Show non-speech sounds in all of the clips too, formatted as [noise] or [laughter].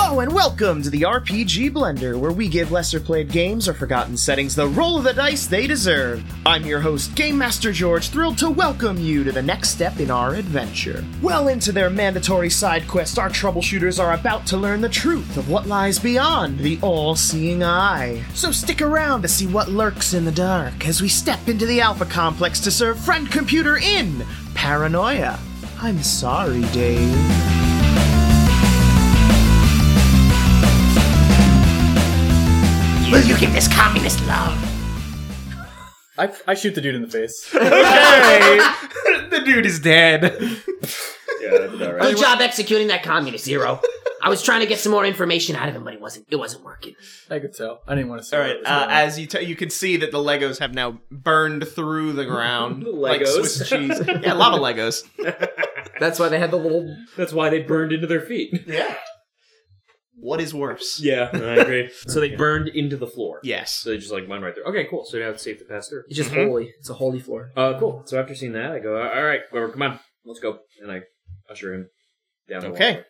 Welcome to the RPG Blender, where we give lesser played games or forgotten settings the roll of the dice they deserve. I'm your host, Game Master George, thrilled to welcome you to the next step in our adventure. Well into their mandatory side quest, our troubleshooters are about to learn the truth of what lies beyond the all seeing eye. So stick around to see what lurks in the dark as we step into the Alpha Complex to serve Friend Computer in Paranoia. I'm sorry, Dave. Will you give this communist love? I, I shoot the dude in the face. the dude is dead. Good job executing that communist, Zero. I was trying to get some more information out of him, but it wasn't. It wasn't working. I could tell. I didn't want to say All right. Uh, as you t- you can see that the Legos have now burned through the [laughs] ground, like Legos. Swiss cheese. Yeah, lava [laughs] Legos. That's why they had the little. That's why they burned into their feet. Yeah. What is worse? Yeah, I agree. [laughs] so they burned into the floor. Yes. So they just like mine right there. Okay, cool. So now it's safe to pass through. It's just holy. It's a holy floor. Uh, cool. So after seeing that, I go, all right, Glover, come on, let's go, and I usher him down. The Okay. walkway,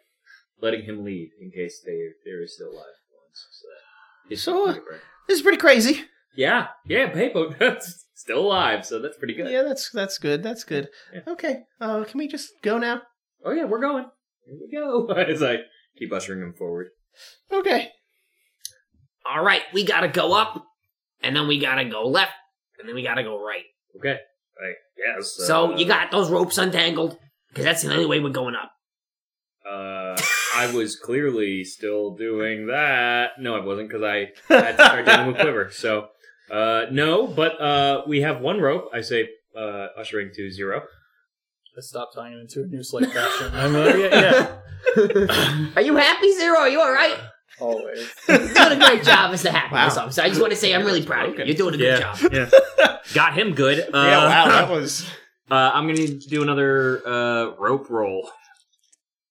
letting him lead in case they they're still alive. Ones, so that he's- So, uh, This is pretty crazy. yeah, yeah, [laughs] Papo still alive, so that's pretty good. Yeah, that's that's good. That's good. Yeah. Okay. Uh, can we just go now? Oh yeah, we're going. Here we go. [laughs] As I keep ushering him forward. Okay. All right, we gotta go up, and then we gotta go left, and then we gotta go right. Okay. I guess. So, you got those ropes untangled, because that's the only way we're going up. Uh, I was clearly still doing that. No, I wasn't because I had to start dealing with Quiver. So, uh, no, but uh, we have one rope. I say, uh, ushering to zero. stop tying him into a new slave fashion. [laughs] I'm like, yeah, Are you happy, Zero? Are you all right? yeah, always. You're doing a great job, Mr. Happy. Wow. That's all. So I just want to say I'm really proud of you. You're doing a good job. yeah. Got him good. Uh, yeah. Wow. [laughs] That was. uh, I'm going to do another uh, rope roll.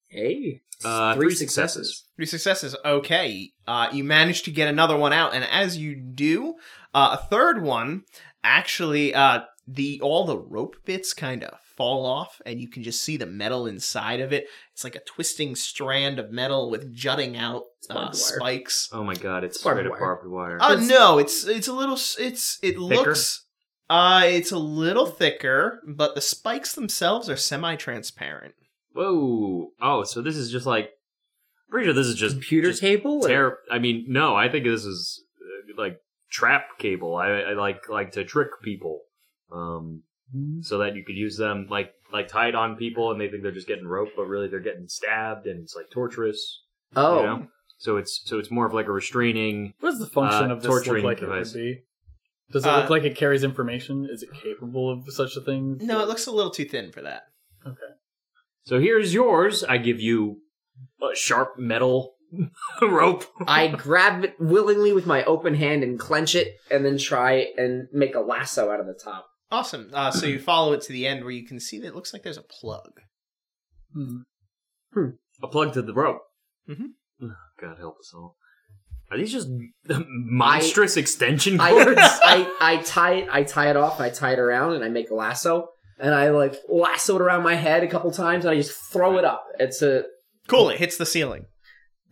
Hey. Uh, three, successes. Three successes. Okay. Uh, you manage to get another one out, and as you do, uh, a third one actually uh, the all the rope bits kind of fall off, and you can just see the metal inside of it. It's like a twisting strand of metal with jutting out uh, barbed wire. spikes. Oh my god, it's Barbed straight up wire. barbed wire. Uh, no, it's it's a little s- it's it looks uh it's a little thicker, but the spikes themselves are semi-transparent. Whoa. Oh, so this is just like. Pretty sure this is just Computer just table? Tear. I mean, no. I think this is uh, like trap cable. I, I like like to trick people, um, Mm-hmm. so that you could use them like like tie it on people, and they think they're just getting roped, but really they're getting stabbed, and it's like torturous. Oh. you know? so it's so it's more of like a restraining. What does the function Uh, of this look torturing like device. it would be? Does it Uh, look like it carries information? Is it capable of such a thing? No, it looks a little too thin for that. So here's yours. I give you a sharp metal [laughs] rope. I grab it willingly with my open hand and clench it, and then try and make a lasso out of the top. Awesome. Uh, [clears throat] so you follow it to the end where you can see that it looks like there's a plug. Hmm. a plug to the rope. Mhm. Mm-hmm. Oh, God help us all. Are these just [laughs] monstrous extension [laughs] I, cords? I, I tie it, I tie it off, I tie it around, and I make a lasso, and I like lasso it around my head a couple times, and I just throw it up. It's a Cool, it hits the ceiling.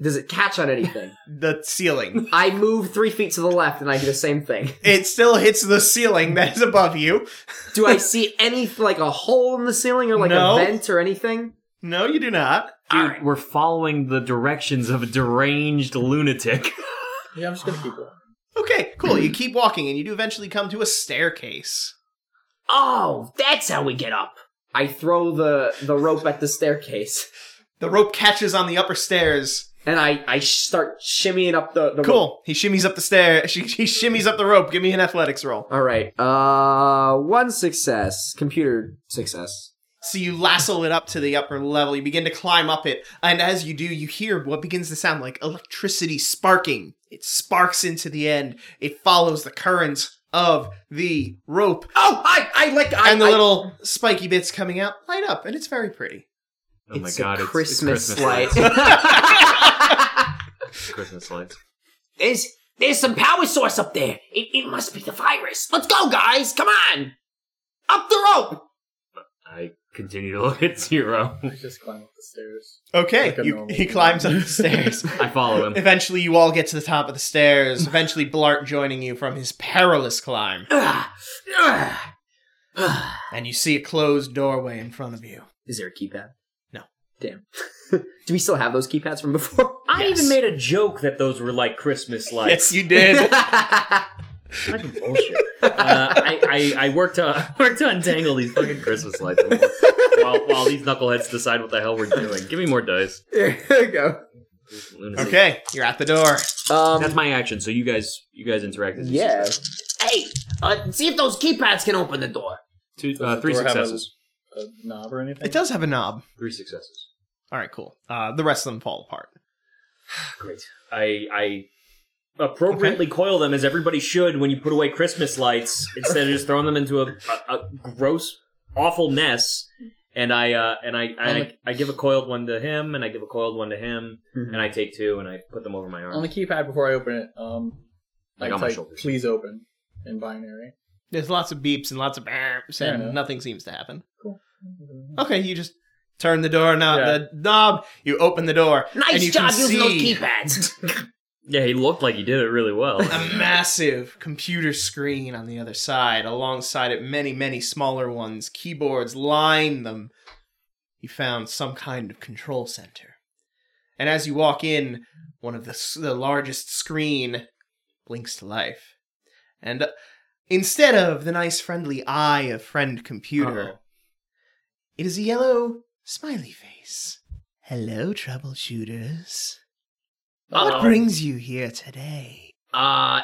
does it catch on anything? The ceiling. I move three feet to the left, and I do the same thing. it still hits the ceiling that is above you. Do I see any like a hole in the ceiling or like No. a vent or anything? No, you do not. Dude, we're following the directions of a deranged lunatic. [laughs] Yeah, I'm just gonna keep going. Okay, cool. [clears throat] You keep walking and you do eventually come to a staircase. Oh, that's how we get up. I throw the the rope at the staircase, The rope catches on the upper stairs. and I I start shimmying up the, the Cool. He shimmies up the stair. She, he shimmies up the rope. Give me an athletics roll. All right. Uh, one success. Computer success. So you lasso it up to the upper level. You begin to climb up it, and as you do, you hear what begins to sound like electricity sparking. It sparks into the end. It follows the currents of the rope, Oh, I, I like, I, and the I- little spiky bits coming out light up, and it's very [laughs] pretty. Oh my It's god, a it's- Christmas, it's, light. lights. [laughs] It's Christmas lights. there's, there's some power source up there. It, it must be the virus. Let's go, guys. Come on. Up the rope. I [laughs] continue to look [laughs] at zero. I just climb up the stairs. Okay, Like a you, normal he climbs [laughs] up the stairs. I follow him. Eventually, you all get to the top of the stairs. Eventually, Blart joining you from his perilous climb, and you see a closed doorway in front of you. Is there a keypad? No. Damn. [laughs] Do we still have those keypads from before? I Yes. even made a joke that those were like [laughs] Christmas Yes, lights. you did. Fucking bullshit. Uh, I, I, I worked to [laughs] I worked to untangle these fucking Christmas lights while while these knuckleheads decide what the hell we're doing. Give me more dice. there you go. Lunacy. okay, you're at the door. That's Um, my action. So you guys, you guys interact. as you yeah. Hey, uh, see if those keypads can open the door. see. Two, Does uh, the three door have a- successes. A knob or [laughs] anything? It does have a knob. Three successes. All right, cool. Uh, the rest of them fall apart. Great. I I appropriately coil them as everybody should when you put away Christmas lights instead of just throwing them into a, a, a gross, awful mess. And I uh, and I, I I give a coiled one to him, and I give a coiled one to him, and I take two, and I put them over my On arm. the keypad before I open it, um, Like I on my type, shoulders. please open in binary. There's lots of beeps and lots of burps, Fair and enough. nothing seems to happen. Okay, you just turn the door knob. Yeah. The knob. You open the door. Nice and you job can using those see keypads. [laughs] Yeah, he looked like he did it really well. a massive computer screen on the other side, alongside it many, many smaller ones. Keyboards line them. You found some kind of control center. And as you walk in, one of the, s- the largest screen blinks to life. And uh, instead of the nice, friendly eye of friend computer, it is a yellow smiley face. Hello, troubleshooters. What Uh-oh. brings you here today? Uh,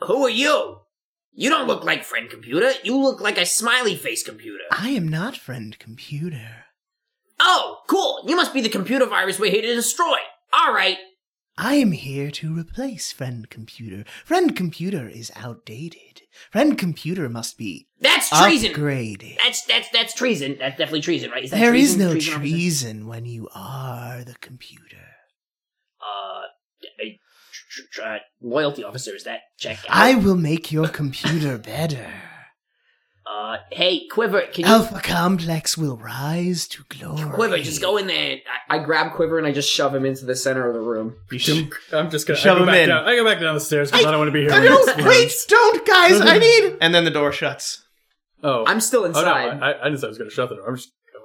who are you? You don't look like friend computer. You look like a smiley face computer. I am not friend computer. Oh, cool. You must be the computer virus we're here to destroy. All right. I am here to replace friend computer. Friend computer is outdated. Friend computer must be That's treason. upgraded. That's that's that's treason. That's definitely treason, right? Is that There is treason? no officer? treason when you are the computer. Uh, a tr- tr- uh, loyalty officer. Is that check? I out? will make your computer better. Uh, hey, Quiver, can you? Alpha Complex will rise to glory. Quiver, just go in there. I, I grab Quiver and I just shove him into the center of the room. You should- [laughs] I'm just gonna I Shove go him back in. down. I go back down the stairs because I, I- don't want to be here. Oh, when it no, explodes. wait, don't, guys, [laughs] I need. And then the door shuts. Oh, I'm still oh no, inside. I, I didn't say I was gonna shut the door. I'm just going.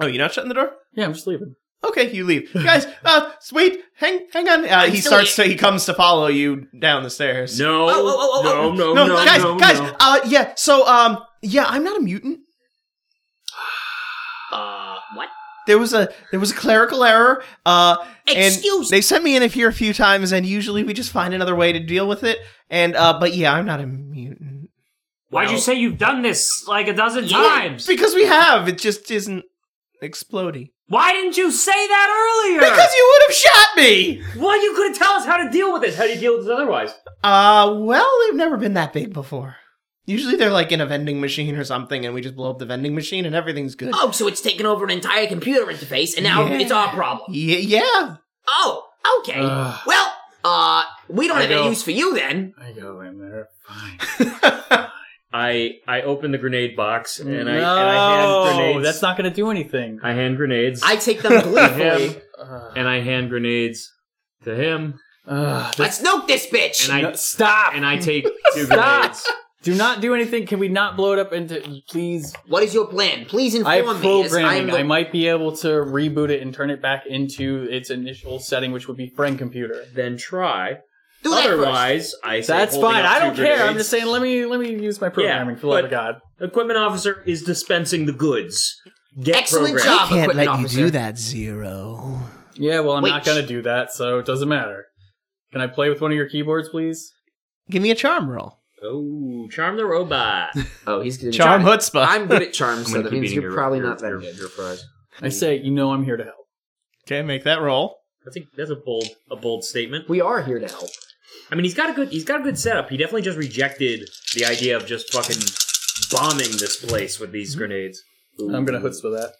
Oh, you're not shutting the door? Yeah, I'm just leaving. Okay, you leave, [laughs] guys. Uh, wait, hang, hang on. Uh, he still starts to, he comes to follow you down the stairs. No, Oh, oh, oh, oh, oh. no, no, no, no, guys, no, guys. no. Uh, yeah. So, um, yeah, I'm not a mutant. Uh, what? There was a there was a clerical error. Uh, and Excuse they sent me in here a few times, and usually we just find another way to deal with it. And uh, but yeah, I'm not a mutant Why'd Wow. you say you've done this like a dozen Yeah. times? because we have it just isn't exploding. Why didn't you say that earlier? Because you would have shot me. well, you could have tell us how to deal with this. How do you deal with this otherwise? Uh, well, they've never been that big before. Usually they're like in a vending machine or something, and we just blow up the vending machine, and everything's good. Oh, so it's taken over an entire computer interface, and now Yeah. it's our problem. Yeah, yeah. Oh, okay. Ugh. well, uh, we don't I have any go- use for you then. I go in there. Fine. I I open the grenade box and I and no, I hand grenades. that's not gonna do anything. I hand grenades. I take them [laughs] him gleefully. Ugh. and I hand grenades to him Ugh, this- Let's nuke this bitch. and I No, stop. and I [laughs] take two Stop. grenades. do not do anything. Can we not blow it up into? Please. what is your plan? Please I have inform me. as I'm programming. the- I might be able to reboot it and turn it back into its initial setting, which would be friend computer. Then try. Do that first. Otherwise, I say That's holding fine. up I two don't care. I'm grenades. just saying. Let me let me use my programming for the love but- of God. Equipment officer is dispensing the goods. Get Excellent programmed. job. I can't let equipment you officer. do that, Zero. Yeah. Well, I'm Wait, not sh- gonna do that, so it doesn't matter. Can I play with one of your keyboards, please? Give me a charm roll. Oh, charm the robot. Oh, he's good. at Charm chutzpah. [laughs] I'm good at charm, I'm [laughs] so gonna that keep means eating you're your- probably your- not that your- good. Your fries. I say, you know, I'm here to help. Okay, make that roll. That's a, that's a bold a bold statement. We are here to help. I mean, he's got a good he's got a good setup. He definitely just rejected the idea of just fucking bombing this place with these grenades. I'm gonna chutzpah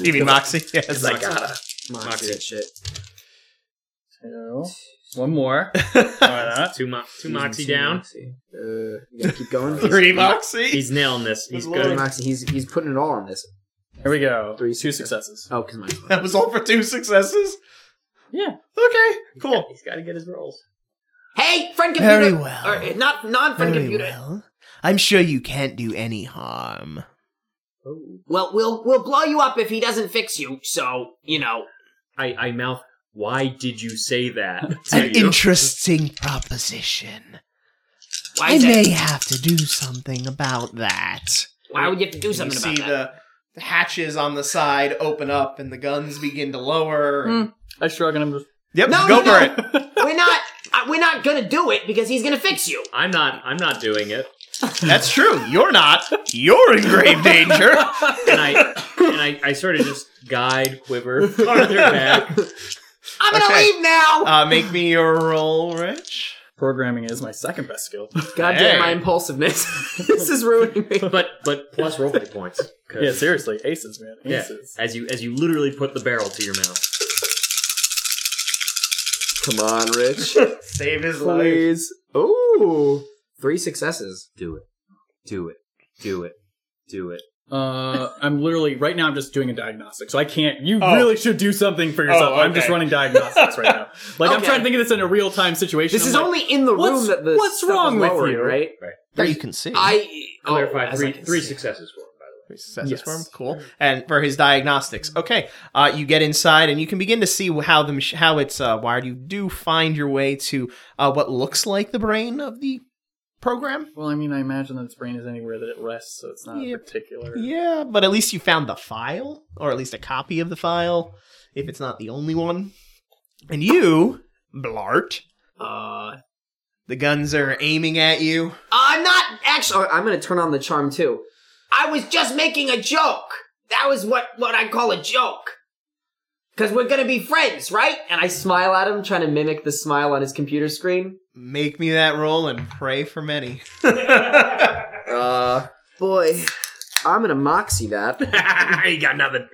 [laughs] Ooh. You mean Moxie? Yes. I [laughs] gotta. Moxie Moxie. that shit. Two. One [laughs] more. Why not? Two, mo- two moxie down. Uh, you gotta keep going. Three Moxie. He's nailing this. He's He's- good. Moxie, he's he's putting it all on this. Here we go. Three Two successes. Oh, because mine's That was all for two successes? Yeah. Okay, cool. He's got to get his rolls. Hey, friend computer. Very well. Or, uh, not non friend computer. Well. I'm sure you can't do any harm. we'll we'll blow you up if he doesn't fix you. So you know. I, I mouth, why did you say that? to An you?" interesting proposition. Why I is may that, have to do something about that. Why would you have to do something about that? the hatches on the side open up and the guns begin to lower. Hmm. I shrug and I'm just. Yep, No, go no, for it. [laughs] we're not uh, we're not gonna do it because he's gonna fix you. I'm not. I'm not doing it. That's true. You're not. You're in grave [laughs] danger. And I and I, I sort of just guide quiver farther back. I'm gonna Okay. leave now. Uh, make me your roll, Rich. Programming is my second best skill. God Hey. damn my impulsiveness. [laughs] this is ruining me. But but plus roll pick points. 'cause- yeah, seriously, aces, man, yeah, aces. As you as you literally put the barrel to your mouth. [laughs] Come on, [laughs] Rich. Save his Please. Ooh. Three successes. Do it. Do it. Do it. Do it. Uh, I'm literally right now. I'm just doing a diagnostic, so I can't. You Oh. really should do something for yourself. I'm just okay. running diagnostics right now. Like I'm Okay. trying to think of this in a real time situation. This I'm is like, only in the room what's- that the what's stuff is wrong with lowering, you? right? There you can see. I oh, Clarify as I three can three see. successes for him, by the way. Three successes Yes. for him. Cool. And for his diagnostics. Okay. Uh, you get inside and you can begin to see how the mach- how it's uh, wired. You do find your way to uh, what looks like the brain of the program. Well, I mean, I imagine that its brain is anywhere that it rests, so it's not Yeah. particular. Yeah, but at least you found the file, or at least a copy of the file, if it's not the only one. And you, Blart, Uh, the guns are aiming at you. I'm not actually. I'm gonna turn on the charm too. I was just making a joke. That was what what I call a joke. Cause we're gonna be friends, right? And I smile at him, trying to mimic the smile on his computer screen. Make me that roll and pray for many. Uh, boy, I'm gonna moxie that. you got nothing.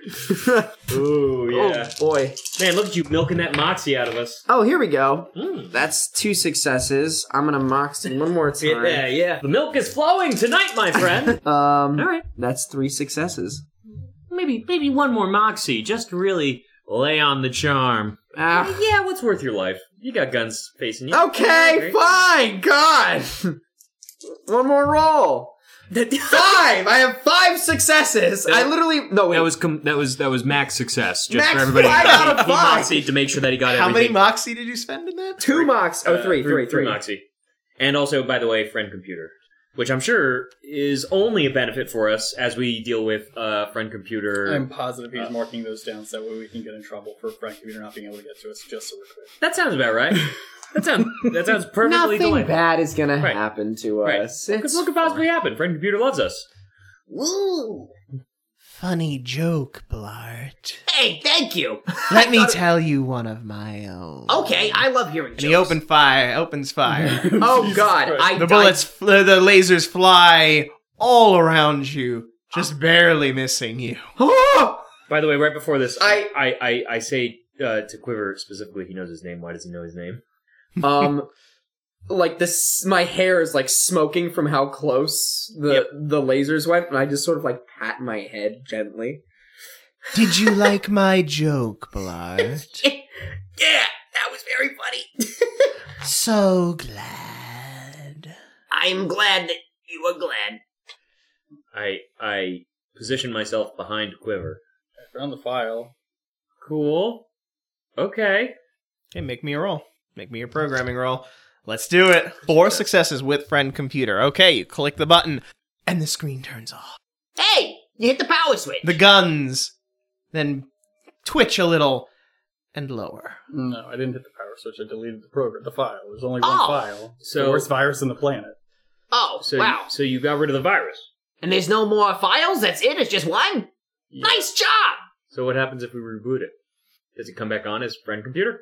Ooh Oh boy. man, look at you milking that moxie out of us. Oh, here we go. Mm. That's two successes. I'm gonna moxie one more time. [laughs] Yeah, yeah. The milk is flowing tonight, my friend. Um, [laughs] All right. that's three successes. maybe maybe one more moxie just to really lay on the charm. Ah. Uh, Yeah, what's worth your life? You got guns facing you. Okay, fine, God. [laughs] One more roll. [laughs] Five. I have five successes. I literally no wait. That was com- that was that was max success. Just Max for everybody. five He- out of he five. moxied to make sure that he got How many everything. moxie did you spend in that? two mocks. Oh, three, Uh, three, three. moxie. And also, by the way, friend computer, which I'm sure is only a benefit for us as we deal with uh, friend computer. I'm positive he's marking those down so that way we can get in trouble for Frank Computer not being able to get to us just so we're clear. that sounds [laughs] about right. that sounds that sounds perfectly Nothing delightful. bad is gonna Right. happen to Right. us. Because what could possibly happen? Friend computer loves us. Woo! Funny joke, Blart. Hey, thank you. [laughs] Oh, Let me tell you one of my own. Okay, I love hearing. And he open fire, opens [laughs] fire. Oh God, I the died. bullets, fl- the lasers fly all around you, just barely missing you. Oh! By the way, right before this, I- I I I, I say uh, to Quiver specifically, he knows his name. Why does he know his name? um, like this, my hair is like smoking from how close the the lasers went, and I just sort of like pat my head gently. Did you like my joke, Blart? [laughs] yeah, that was very funny. [laughs] So glad. I'm glad that you were glad. I I position myself behind Quiver. I found the file. Cool. Okay. Hey, make me a roll. Make me your programming roll. Let's do it. Four successes with friend computer. Okay, you click the button, and the screen turns off. Hey, you hit the power switch. The guns then twitch a little and lower. No, I didn't hit the power switch. I deleted the program, the file. There's only Oh. one file. So- the worst virus on the planet. oh, So wow. so you got rid of the virus. And there's no more files? That's it? It's just one? Yeah. Nice job! So what happens if we reboot it? Does it come back on as friend computer?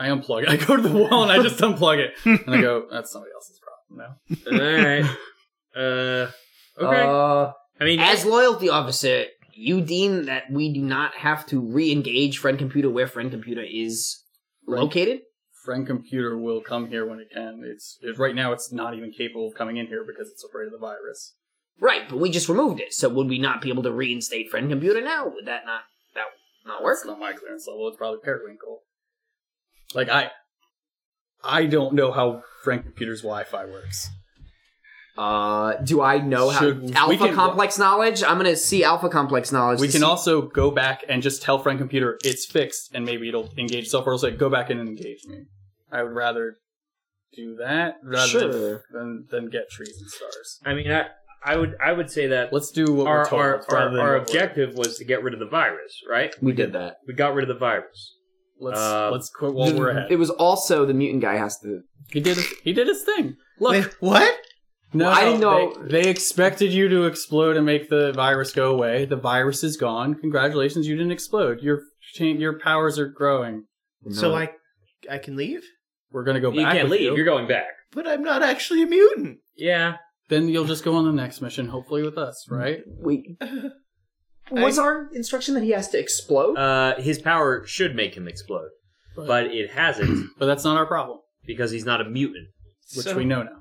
I unplug it. I go to the wall and I just unplug it. And I go, that's somebody else's problem now. All right. [laughs] Uh. Okay. Uh, I mean, As loyalty officer, you deem that we do not have to re engage Friend Computer where Friend Computer is Right. located? Friend Computer will come here when it can. It's it, right now. It's not even capable of coming in here because it's afraid of the virus. Right, but we just removed it. So would we not be able to reinstate friend computer now? Would that not that not work? It's not my clearance level. It's probably Periwinkle. Like I, I don't know how Frank Computer's Wi-Fi works. Uh, do I know how Should- we alpha can- complex knowledge? I'm gonna see alpha complex knowledge. We to can see- also go back and just tell Frank Computer it's fixed, and maybe it'll engage itself, or it'll say go back in and engage me. I would rather do that rather Sure. than, than than get trees and stars. I mean, I, I would I would say that Let's do what we're our told. our, rather our, than our what we're- objective was to get rid of the virus, right? we did that. We got rid of the virus. Let's uh, let's quit while we're ahead. It was also the mutant guy has to. He did he did his thing. Look, Wait, what? No, I didn't know- They, they expected you to explode and make the virus go away. The virus is gone. Congratulations, you didn't explode. Your cha- your powers are growing. So I, I can leave, We're gonna go You back. can't with leave. You. you. are going back. but I'm not actually a mutant. Yeah. Then you'll just go on the next mission, hopefully with us, right? Wait, was our instruction that he has to explode? Uh, his power should make him explode, but it hasn't But that's not our problem, because he's not a mutant. which so, we know now.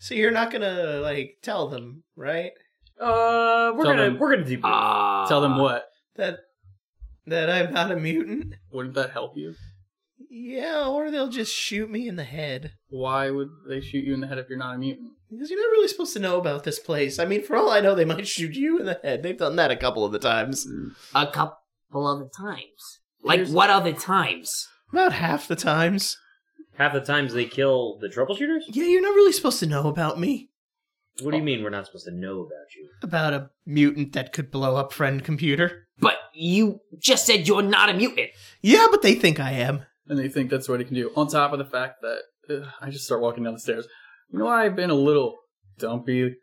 So you're not gonna like tell them, right? Uh, we're Tell gonna them- we're gonna debrief. Ah, Tell them what? That that I'm not a mutant. Wouldn't that help you? Yeah, or they'll just shoot me in the head. Why would they shoot you in the head if you're not a mutant? Because you're not really supposed to know about this place. I mean, for all I know, they might shoot you in the head. They've done that a couple of the times. a couple other times. Like Here's- what other times? About half the times. Half the times they kill the troubleshooters. Yeah, you're not really supposed to know about me. What do you mean we're not supposed to know about you? About a mutant that could blow up friend computer. But you just said you're not a mutant. Yeah, but they think I am. and they think that's what it can do. On top of the fact that ugh, I just start walking down the stairs. You know, why I've been a little dumpy.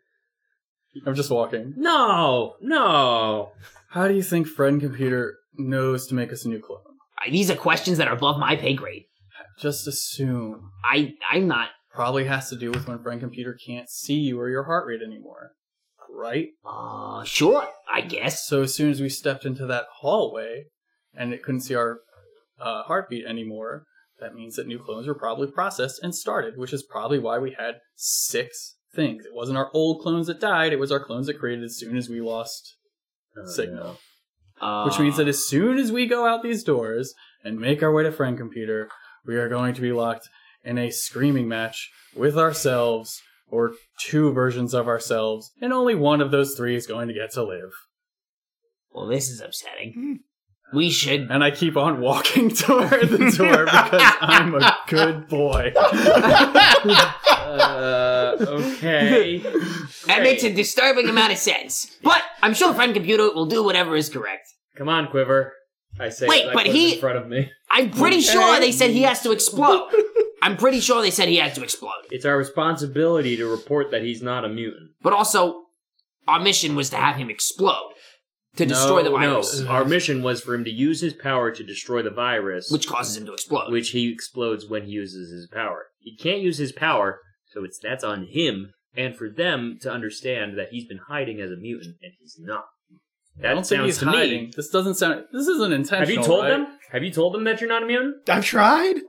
I'm just walking. No, no. How do you think friend computer knows to make us a new clone? I- These are questions that are above my pay grade. Just assume. I I'm not. Probably has to do with when friend computer can't see you or your heart rate anymore. Right? Uh, sure, I guess. So as soon as we stepped into that hallway and it couldn't see our uh, heartbeat anymore, that means that new clones were probably processed and started, which is probably why we had six things. It wasn't our old clones that died, it was our clones that created as soon as we lost signal. Uh, Which means that as soon as we go out these doors and make our way to Friend Computer, we are going to be locked in a screaming match with ourselves or two versions of ourselves, and only one of those three is going to get to live. well, this is upsetting. Hmm. We should. And I keep on walking [laughs] toward the door because I'm a good [laughs] boy. Uh, [laughs] okay. That makes a Great. disturbing amount [laughs] of sense. But I'm sure friend computer will do whatever is correct. Come on, Quiver. I say. Wait, as I but put it he- in front of me. I'm pretty sure they said he has [laughs] to explode. I'm pretty sure they said he has to explode. It's our responsibility to report that he's not a mutant. But also, our mission was to have him explode to destroy the No, No, virus, our mission was for him to use his power to destroy the virus, which causes him to explode. which he explodes when he uses his power. He can't use his power, so it's that's on him and for them to understand that he's been hiding as a mutant and he's not. That I don't think sounds he's to hiding. me. This doesn't sound. This isn't intentional. Have you told right? them? Have you told them that you're not a mutant? I've tried.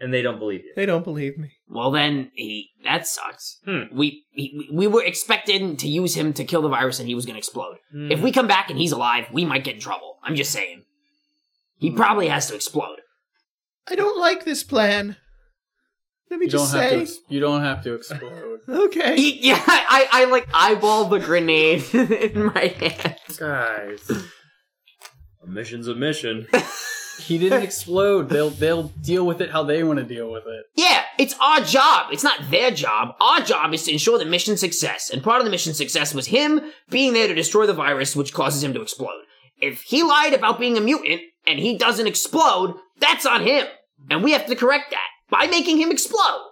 And they don't believe you. They don't believe me. Well, then he that sucks. Hmm. We he, we were expecting to use him to kill the virus, and he was going to explode. Hmm. If we come back and he's alive, we might get in trouble. I'm just saying. He probably has to explode. I don't like this plan. Let me You don't just have to. say. ex- You don't have to explode. [laughs] Okay. He- yeah, I, I like eyeball the grenade [laughs] in my hand. Guys. A mission's a mission. he didn't explode. They'll they'll deal with it how they want to deal with it. Yeah, it's our job. It's not their job. Our job is to ensure the mission success, and part of the mission success was him being there to destroy the virus, which causes him to explode. If he lied about being a mutant and he doesn't explode, that's on him, and we have to correct that by making him explode.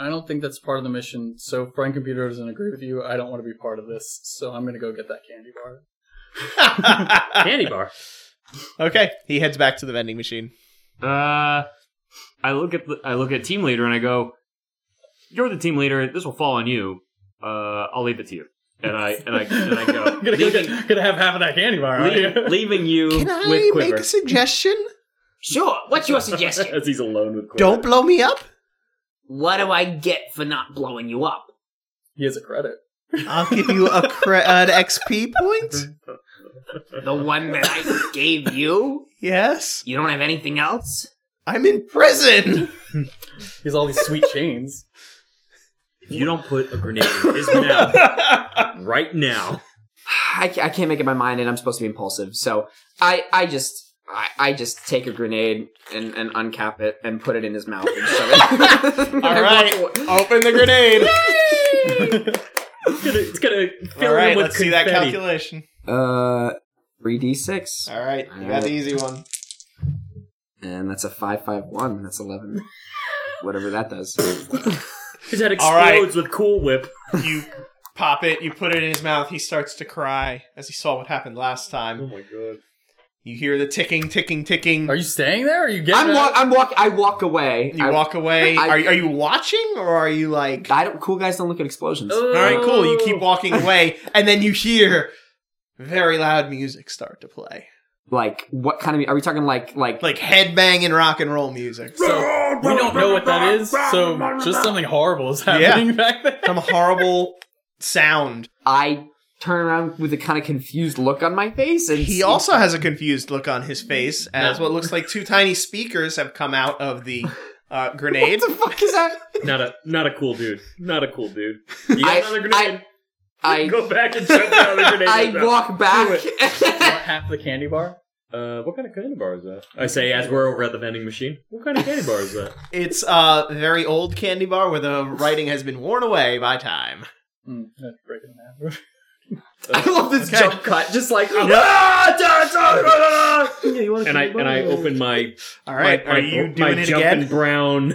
I don't think that's part of the mission. So Frank Computer doesn't agree with you. I don't want to be part of this. So I'm gonna go get that candy bar. [laughs] Candy bar. [laughs] okay. He heads back to the vending machine. Uh, I look at the, I look at team leader and I go, "You're the team leader. This will fall on you. Uh, I'll leave it to you." And I and I and I go, I'm [laughs] gonna, go leaving, get, gonna have half of that candy bar. aren't Leave- you? leaving you Can I with make Quiver. a suggestion? Sure. What's your [laughs] suggestion? [laughs] As he's alone with Quiver. Don't blow me up. what do I get for not blowing you up? He has a credit. I'll give you a cre- an XP [laughs] point. The one that I gave you? Yes, You don't have anything else? I'm in prison. [laughs] He's all these sweet [laughs] chains. If you don't put a grenade in his mouth [laughs] right now, I, ca- I can't make up my mind, and I'm supposed to be impulsive. So I, I just, I, I just take a grenade and, and uncap it and put it in his mouth. And shove [laughs] it. And I walk away. open the [laughs] grenade. it's gonna, it's gonna fill All him right, with let's see that confetti. calculation. Uh, three d six, All right, you got the easy one. and that's a five five one. That's eleven. Whatever that does. His head All right. explodes with Cool Whip. You pop it. You put it in his mouth. He starts to cry as he saw what happened last time. Oh my god! You hear the ticking, ticking, ticking. Are you staying there? Or are you getting I'm walk. out? I'm walk. I walk away. you I, walk away. I- are, are you watching or are you like? I don't. Cool guys don't look at explosions. All right, cool. You Oh. keep walking away, and then you hear very loud music start to play, Like what kind of? Are we talking like like? like headbanging rock and roll music. So we don't know what that is. So just something horrible is happening [laughs] back there. Some horrible sound. I turn around with a kind of confused look on my face, and He see- also has a confused look on his face as what looks like two tiny speakers have come out of [laughs] the uh, grenade. What the fuck is [laughs] that? Not a not a cool dude. Not a cool [laughs] dude. You got I- another grenade. I Go back and shove another grenade. in I his mouth. walk back. [laughs] Want half the candy bar. Uh, what kind of candy bar is that? I say as we're over at the vending machine. What kind of candy bar is that? It's a very old candy bar where the writing has been worn away by [laughs] time. Hmm, that's break it in half. I love this Okay. jump cut. Just like I'm- and I and I open my All right, my, my, are you my doing it jumping again? [laughs] brown.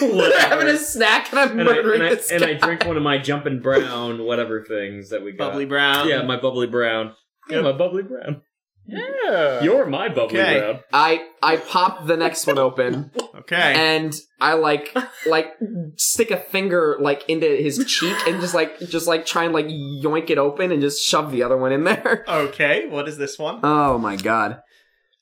having a snack and I'm and I, murdering and, I, this and guy. I drink one of my jumping brown whatever things that we got. Bubbly brown. Yeah, my bubbly brown. Um, Yeah, my bubbly brown. Yeah. You're my bubbly Okay. brown. I I pop the next one open [laughs] Okay. and I [laughs] like like stick a finger like into his cheek and just like just like try and like yoink it open and just shove the other one in there. [laughs] Okay. What is this one? Oh my god.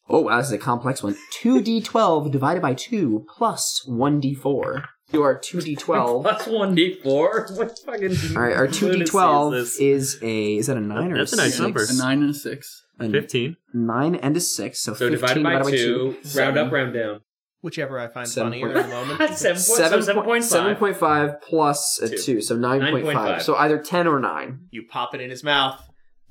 Oh wow, this is a complex one. Two D twelve divided by two plus one D four. You are two D [laughs] twelve. Plus one d four. [laughs] What fucking? All right, our two D twelve Lunacy is is a is that a nine or That's a a nice six? number. A nine and a six. A Fifteen. nine and a six, so, So 15 divided by, two, round seven. up, round down. Whichever I find Seven funnier point- at the moment. [laughs] Seven, point- so seven point seven five. point five plus a Two. two, so nine point five. 9.5. So either ten or nine. You pop it in his mouth.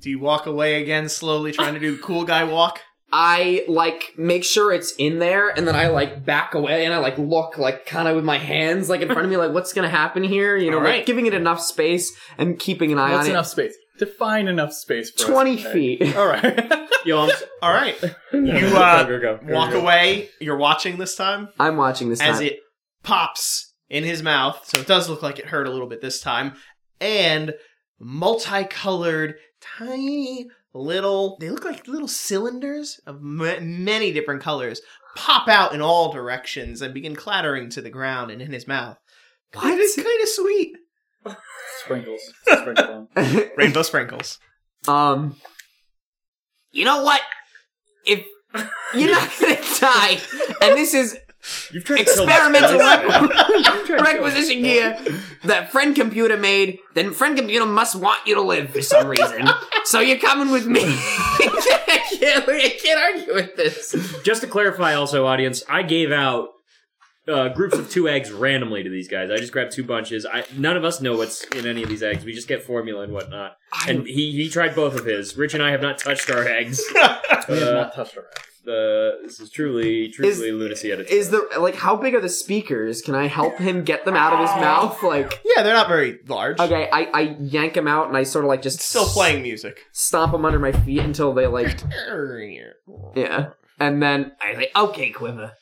Do you walk away again slowly, trying to do the cool guy walk? I like make sure it's in there, and then I like back away, and I like look like kind of with my hands like in front of me, like what's gonna happen here? You know, All like right. giving it enough space and keeping an eye What's on enough space? Define enough space. it. For us. Twenty Okay. feet. All right. Yo, I'm, All right. [laughs] you uh, go, go, go, go, Walk go. away. You're watching this time I'm watching this as time. it pops in his mouth. So it does look like it hurt a little bit this time. And multicolored, tiny little, they look like little cylinders of m- many different colors, pop out in all directions and begin clattering to the ground and in his mouth. It is kind of sweet. Sprinkles. [laughs] Sprinkle on. Rainbow [laughs] sprinkles. um, you know what? If you're not gonna die, and this is You've tried to kill me experimental [laughs] twice. requ- requisition gear that friend computer made, then friend computer must want you to live for some reason. so you're coming with me. [laughs] I, can't, I can't argue with this. [laughs] Just to clarify, also, audience, I gave out uh, groups of two eggs randomly to these guys. I just grabbed two bunches. I, none of us know what's in any of these eggs. We just get formula and whatnot. And he, he tried both of his. Rich and I have not touched our eggs. We have Uh, not touched our ass. the this is truly, truly lunacy at its Is the like how big are the speakers? Can I help him get them out of his mouth? Like Yeah, they're not very large. okay, I, I yank them out and I sort of like just It's still playing music. stomp them under my feet until they like I'm yeah, and then I say okay, Quiver,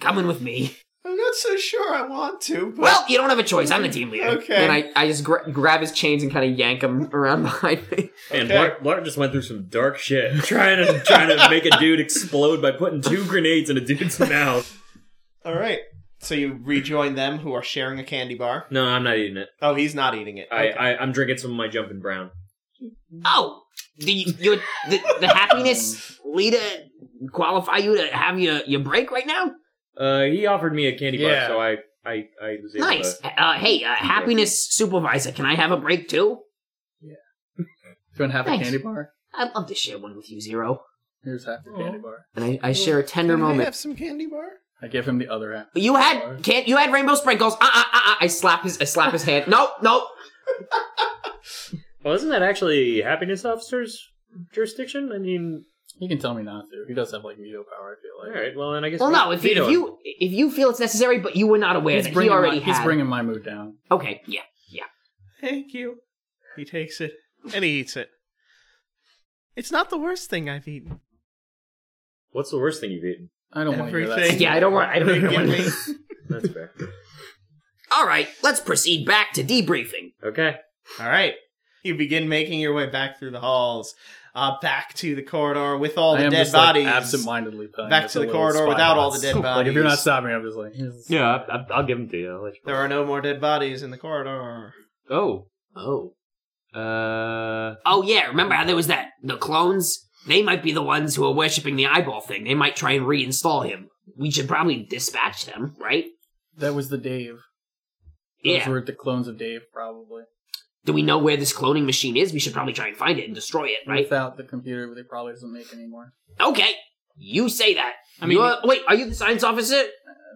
coming with me. not so sure I want to, but Well, you don't have a choice. I'm the team leader. Okay. And I, I just gra- grab his chains and kind of yank him around [laughs] behind me. Man, Okay. Blark, Blark just went through some dark shit, [laughs] trying to trying to make a dude explode by putting two grenades in a dude's [laughs] mouth. all right. So you rejoin them who are sharing a candy bar. No, I'm not eating it. Oh, he's not eating it. I, Okay. I I'm drinking some of my jumping brown. Oh, do you, your, the, [laughs] the happiness leader qualify you to have your, your break right now? Uh, he offered me a candy bar, Yeah. so I I I was able Nice. to. Uh, hey, uh, happiness supervisor, can I have a break too? you want half Thanks. a candy bar? I'd love to share one with you, Zero. Here's half your candy bar. And I, I share a tender Can I moment. have some candy bar? I give him the other half. But You had can't you had rainbow sprinkles. Uh uh uh. uh. I slap his I slap his hand. Nope, nope. Well, isn't that actually happiness officer's jurisdiction? I mean, He can tell me not to. He does have like veto power. I feel all like. right. Well, then I guess. Well, we- no. If, veto if him. you if you feel it's necessary, but you were not aware He's that he bringing already my, had. He's bringing my mood down. okay, yeah, yeah. Thank you. He takes it and he eats it. It's not the worst thing I've eaten. what's the worst thing you've eaten? I don't want to hear that. Everything. story. Yeah, I don't want. [laughs] I don't Give want. me- That's fair. [laughs] All right, let's proceed back to debriefing. okay. All right. You begin making your way back through the halls, uh, back to the corridor with all I the am dead just, like, bodies. absentmindedly playing Back with to the little corridor spy without all bots. the dead [laughs] Like if you're not bodies. stopping, I'm just like, "Here's- Yeah, I, I, I'll give them to you. I'll let you there are no more dead bodies in the corridor. Oh. Oh. Uh. Oh yeah, remember how there was that the clones? They might be the ones who are worshiping the eyeball thing. They might try and reinstall him. We should probably dispatch them, right? that was the Dave. Those Yeah. were the clones of Dave, probably. Do we know where this cloning machine is? We should probably try and find it and destroy it, right? Without the computer, they probably doesn't make anymore. Okay, you say that. I mean- You're- wait, are you the science officer?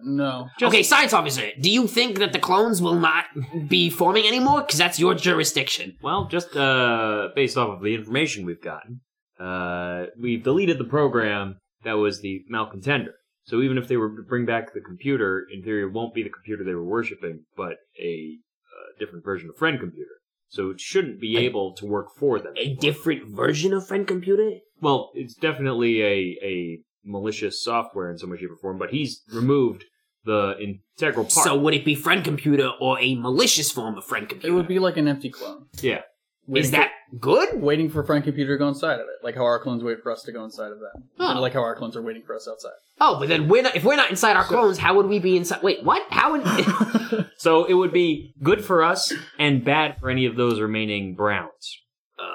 No, okay, science officer, do you think that the clones will not be forming anymore? Because that's your jurisdiction. Well, just uh, based off of the information we've gotten, uh, we've deleted the program that was the malcontender. So even if they were to bring back the computer, in theory, it won't be the computer they were worshiping, but a uh, different version of friend computer. So it shouldn't be able to work for them. A different version of friend computer? Well, it's definitely a a malicious software in some way, shape, or form. But he's removed the integral part. So would it be friend computer or a malicious form of friend it computer? would be like an empty clone. yeah, Waiting Is that good? for, waiting for friend computer to go inside of it? Like how our clones wait for us to go inside of them, Huh. and like how our clones are waiting for us outside. Oh, but then we're not, if we're not inside our clones, how would we be inside? Wait, what? How would? [laughs] uh, so it would be good for us and bad for any of those remaining Browns. uh,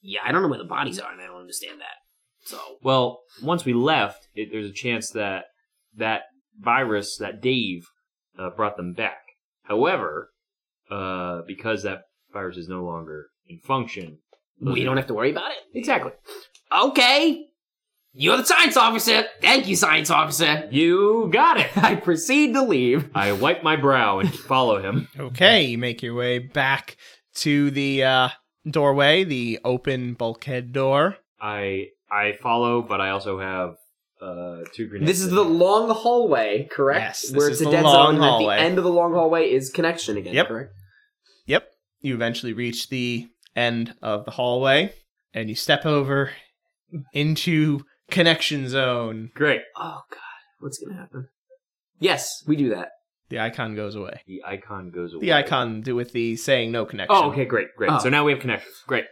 yeah, I don't know where the bodies are, and I don't understand that. So Well, once we left, it, there's a chance that that virus, that Dave, uh, brought them back. However, uh, because that virus is no longer in function, we don't have to worry about it. exactly. Okay, you're the science officer. Thank you, science officer. You got it. [laughs] I proceed to leave. I wipe my brow and [laughs] follow him. Okay, you make your way back to the uh, doorway, the open bulkhead door. I I follow, but I also have uh, two grenades. This is the long hallway, correct? Yes, this Where is it's a the dead long zone. and hallway. At the end of the long hallway is connection again. Yep. Correct. Yep. You eventually reach the end of the hallway and you step over into connection zone. great. Oh God, what's gonna happen? Yes, we do that. The icon goes away. The icon goes away. The icon do with the saying no connection. Oh, okay, great, great. Oh. So now we have connections. Great.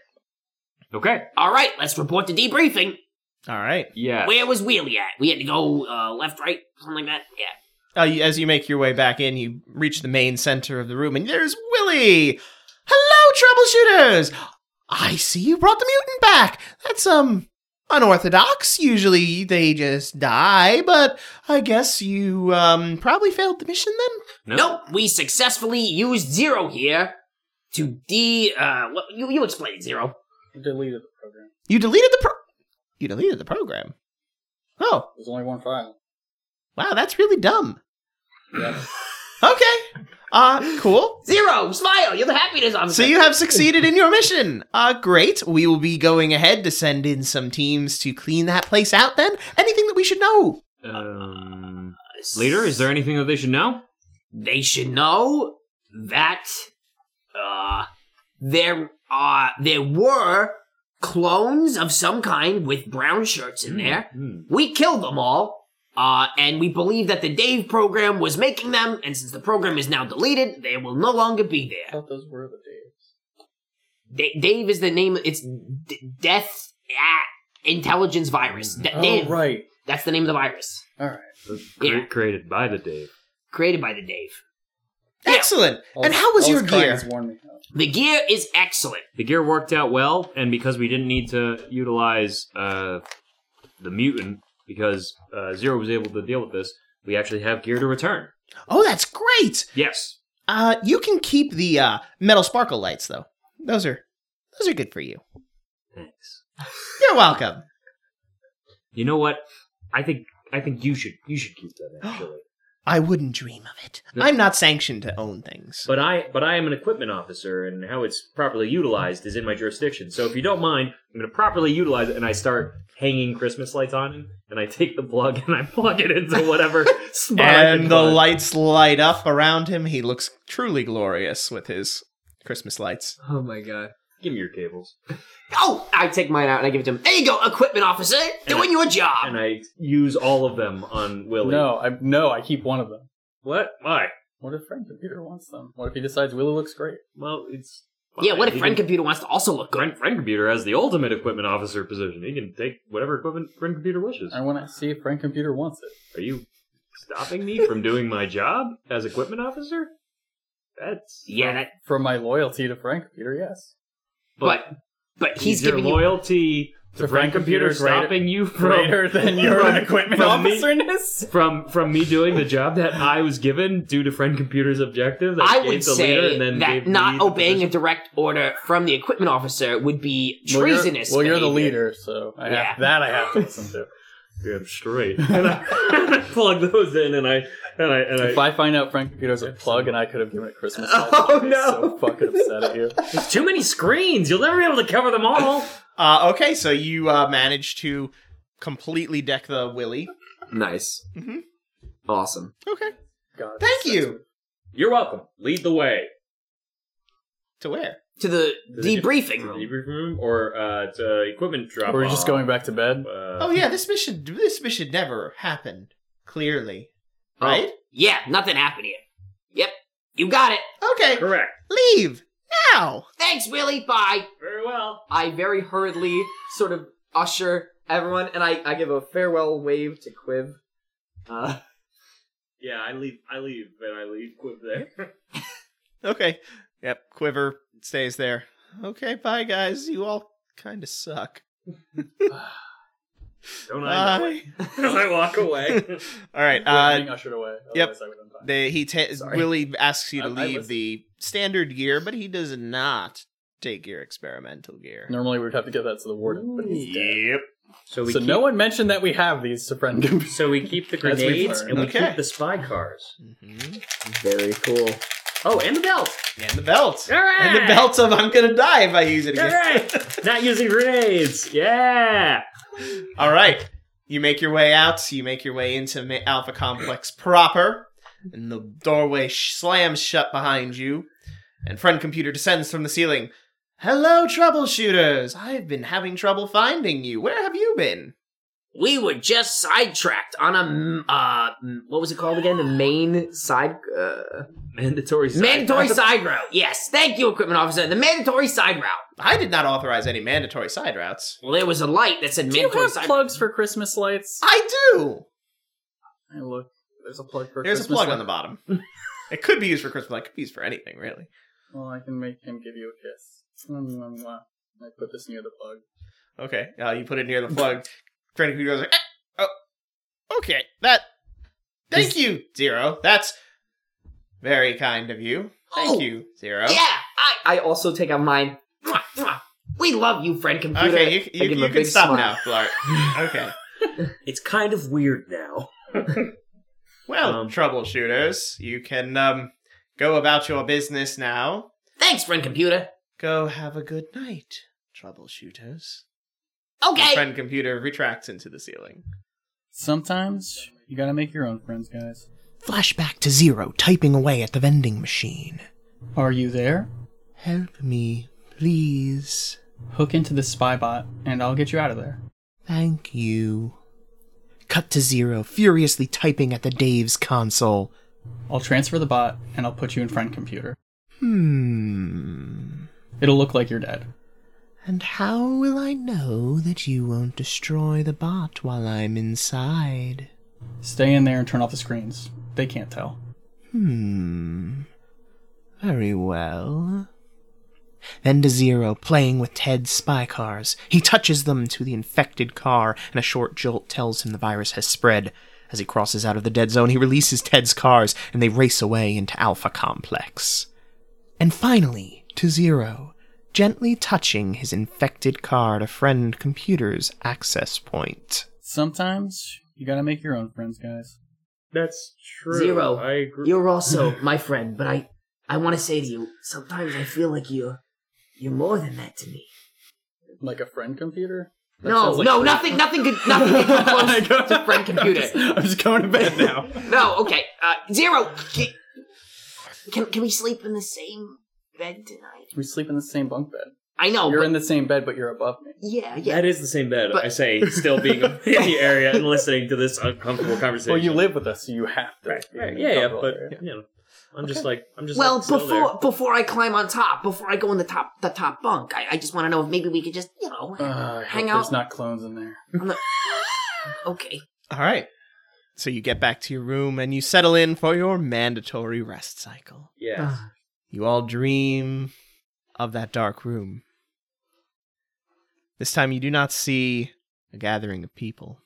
Okay. All right, let's report to debriefing. All right. Yeah. Where was Wheelie at? We had to go uh, left, right, something like that. Yeah. Uh, you- as you make your way back in, you reach the main center of the room, and there's Willie. Hello, troubleshooters. I see you brought the mutant back. That's um unorthodox. Usually they just die, but I guess you um probably failed the mission then. Nope, we successfully used Zero here to de. Uh, well, you, you explain it, Zero. Deleted the program. You deleted the pro. You deleted the program. Oh There's only one file. wow, that's really dumb. Yeah. Okay. Uh, cool. Zero, smile, you're the happiness officer. So you have succeeded in your mission. Uh, great. We will be going ahead to send in some teams to clean that place out. Then anything that we should know? Um, leader, is there anything that they should know? They should know that uh, there are there were clones of some kind with brown shirts in there. Hmm. We killed them all, uh, and we believe that the Dave program was making them. And since the program is now deleted, they will no longer be there. I thought those were the Daves. Da- Dave is the name. It's D- Death ah, Intelligence Virus. Da- Dave. Oh, right. That's the name of the virus. All right. Cre- Yeah. Created by the Dave. Created by the Dave. Yeah. Excellent. All- and how was all your this crying gear? has worn me out. The gear is excellent. The gear worked out well, and because we didn't need to utilize uh, the mutant, because uh, Zero was able to deal with this, we actually have gear to return. Oh, that's great. Yes. Uh, you can keep the uh, metal sparkle lights though. Those are Those are good for you. Thanks. You're welcome. You know what? I think I think you should you should keep that actually. I wouldn't dream of it. No. I'm not sanctioned to own things. But I but I am an equipment officer, and how it's properly utilized is in my jurisdiction. So if you don't mind, I'm going to properly utilize it, and I start hanging Christmas lights on him, and I take the plug [laughs] and I plug it into whatever spot. I can and the find. lights light up around him. He looks truly glorious with his Christmas lights. Oh my god. Give me your cables. Oh! I take mine out and I give it to him. There you go, equipment officer, doing your job. and I use all of them on Willie. No, I no, I keep one of them. What? Why? What if friend computer wants them? What if he decides Willie looks great? Well, it's Yeah, what if He friend can- computer wants to also look good? Friend, friend computer has the ultimate equipment officer position. He can take whatever equipment friend computer wishes. I want to see if friend computer wants it. Are you stopping me from doing my job as equipment officer? That's Yeah, that, From my loyalty to friend computer, yes. but but he's your giving you. loyalty to To friend Frank computer, Computer greater- stopping you from Greater than your from- own equipment from me- officerness. from from me doing the job that I was given due to friend computer's objectives. I gave would the leader say and then that gave me not the obeying a position. direct order from the equipment officer would be Well, you're- treasonous. Well, you're, the behavior. leader, so I Yeah. have, that I have to listen to. Damn [laughs] straight. and I [laughs] plug those in, and I and I and I. [laughs] If I find out Frank Computer's a plug and I could have given it [laughs] Christmas, Oh, I'd be no. So fucking upset at you. [laughs] There's too many screens. You'll never be able to cover them [laughs] all. Uh, okay, so you uh, managed to completely deck the Willy. Nice. Mhm. Awesome. Okay. God, Thank that's- you. You're welcome. Lead the way. To where? To the the- debriefing Did room. you room or uh, to equipment drop? We're just going back to bed. Uh. Oh yeah, this mission. This mission never happened. Clearly, Oh. right? Yeah, nothing happened here. Yep, you got it. Okay, Correct. leave now. Thanks, Willie. Bye. Very well. I very hurriedly sort of usher everyone, and I, I give a farewell wave to Quiv. Uh, Yeah, I leave. I leave, and I leave Quip there. [laughs] Okay. Yep. Quiver stays there. Okay. Bye, guys. You all kind of suck. Don't I? know it? Bye. Don't [laughs] I walk away? [laughs] all right. We're Uh, being ushered away. yep. otherwise I would have died. They, he ta- Sorry. Willie asks you to I- I leave was- the standard gear, but he does not take your experimental gear. Normally we would have to give that to the warden, but he's dead. So we So keep, no one mentioned that we have these to friend [laughs] computer. So we keep [laughs] the That's what we've grenades learned. and we Okay. keep the spy cars. Mhm. very cool. Oh, and the belt. And the belt. All right. And the belt of I'm gonna die if I use it All again. [laughs] right. Not using grenades. Yeah. All right. You make your way out. You make your way into Ma- Alpha Complex proper, and the doorway sh- slams shut behind you. And friend computer descends from the ceiling. Hello, troubleshooters. I've been having trouble finding you. Where have you been? We were just sidetracked on a m- uh m- what was it called again? The main side uh, Mandatory. side- mandatory side route. Yes, thank you, equipment officer. The mandatory side route. I did not authorize any mandatory side routes. Well, there was a light that said Do you mandatory have side. plugs for Christmas lights? I do. I look. There's a plug for There's Christmas a plug light. on the bottom. it could be used for Christmas. light. It could be used for anything, really. Well, I can make him give you a kiss. Mm, mm, mm. I put this near the plug. Okay. Uh, you put it near the plug. Friend computer goes like, eh, oh, okay. That. Thank you, Zero. That's very kind of you. Thank Oh, you, Zero. Yeah, I, I also take out mine. Mwah, mwah. We love you, friend computer. Okay, you, uh, I you, give him you a can big stop smile. now, Flart. [laughs] okay. It's kind of weird now. Well, Um, troubleshooters, you can um, go about your business now. Thanks, friend computer. Go have a good night, troubleshooters. Your Okay. friend computer retracts into the ceiling. Sometimes you gotta make your own friends, guys. Flashback to Zero typing away at the vending machine. Are you there? Help me, please. Hook into the spy bot, and I'll get you out of there. Thank you. Cut to Zero, furiously typing at the Dave's console. I'll transfer the bot, and I'll put you in friend computer. Hmm. It'll look like you're dead. And how will I know that you won't destroy the bot while I'm inside? Stay in there and turn off the screens. They can't tell. Hmm. Very well. Then to Zero, playing with Ted's spy cars. He touches them to the infected car, and a short jolt tells him the virus has spread. As he crosses out of the dead zone, he releases Ted's cars, and they race away into Alpha Complex. And finally, to Zero, gently touching his infected car to friend computer's access point. Sometimes you gotta make your own friends, guys. That's true. Zero. I agree. You're also my friend, but I, I want to say to you, sometimes I feel like you're, you're more than that to me. Like a friend [laughs] computer. That No, sounds like- no, nothing, nothing could, nothing could [laughs] come I close go- to friend [laughs] computer. I'm just, I'm just going to bed now. No, okay. Uh, zero. Can, can can we sleep in the same bed tonight? [laughs] we sleep in the same bunk bed. I know. you're but- in the same bed, Oh, but you're above me. yeah, yeah. That is the same bed. But- I say, still being [laughs] in the area and listening to this uncomfortable conversation. Well, you live with us, so you have to. Right, be right. in Yeah, yeah, comfortable but area. you know, I'm just like I'm just well, like, still before there. before I climb on top, before I go in the top the top bunk, I, I just want to know if maybe we could just you know Uh, I hang hope out. There's not clones in there. okay. All right. So you get back to your room and you settle in for your mandatory rest cycle. yeah. You all dream of that dark room. This time you do not see a gathering of people.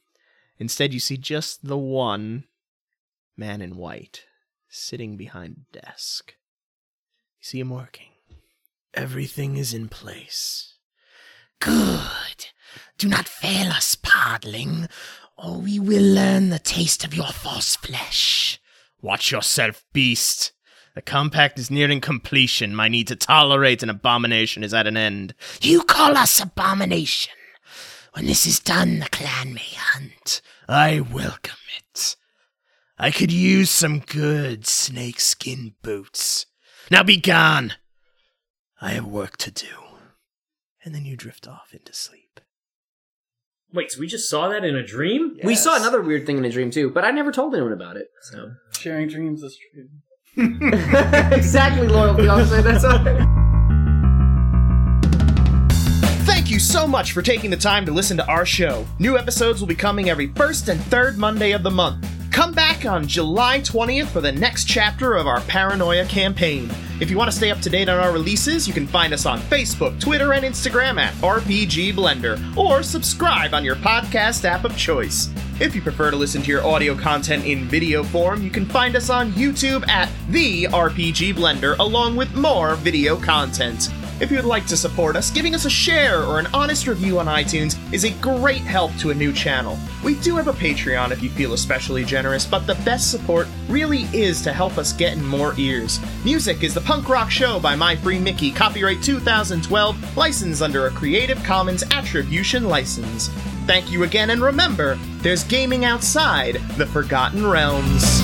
Instead, you see just the one man in white sitting behind a desk. You see him working. Everything is in place. Good. Do not fail us, Podling, or we will learn the taste of your false flesh. Watch yourself, beast. The compact is nearing completion. My need to tolerate an abomination is at an end. You call us abomination. When this is done, the clan may hunt. I welcome it. I could use some good snakeskin boots. Now be gone. I have work to do. And then you drift off into sleep. Wait, so we just saw that in a dream? We Yes. saw another weird thing in a dream too, but I never told anyone about it. [laughs] So [laughs] Sharing dreams is true. exactly loyalty. I'll say that's all. Thank you so much for taking the time to listen to our show. New episodes will be coming every first and third Monday of the month. Come back on July 20th for the next chapter of our paranoia campaign. If you want to stay up to date on our releases, you can find us on Facebook, Twitter, and Instagram at RPG Blender, or subscribe on your podcast app of choice. If you prefer to listen to your audio content in video form, you can find us on YouTube at The RPG Blender, along with more video content. If you would like to support us, giving us a share or an honest review on iTunes is a great help to a new channel. We do have a Patreon if you feel especially generous, but the best support really is to help us get in more ears. Music is The Punk Rock Show by My Free Mickey, copyright 2012, licensed under a Creative Commons Attribution license. Thank you again, and remember, there's gaming outside the Forgotten Realms.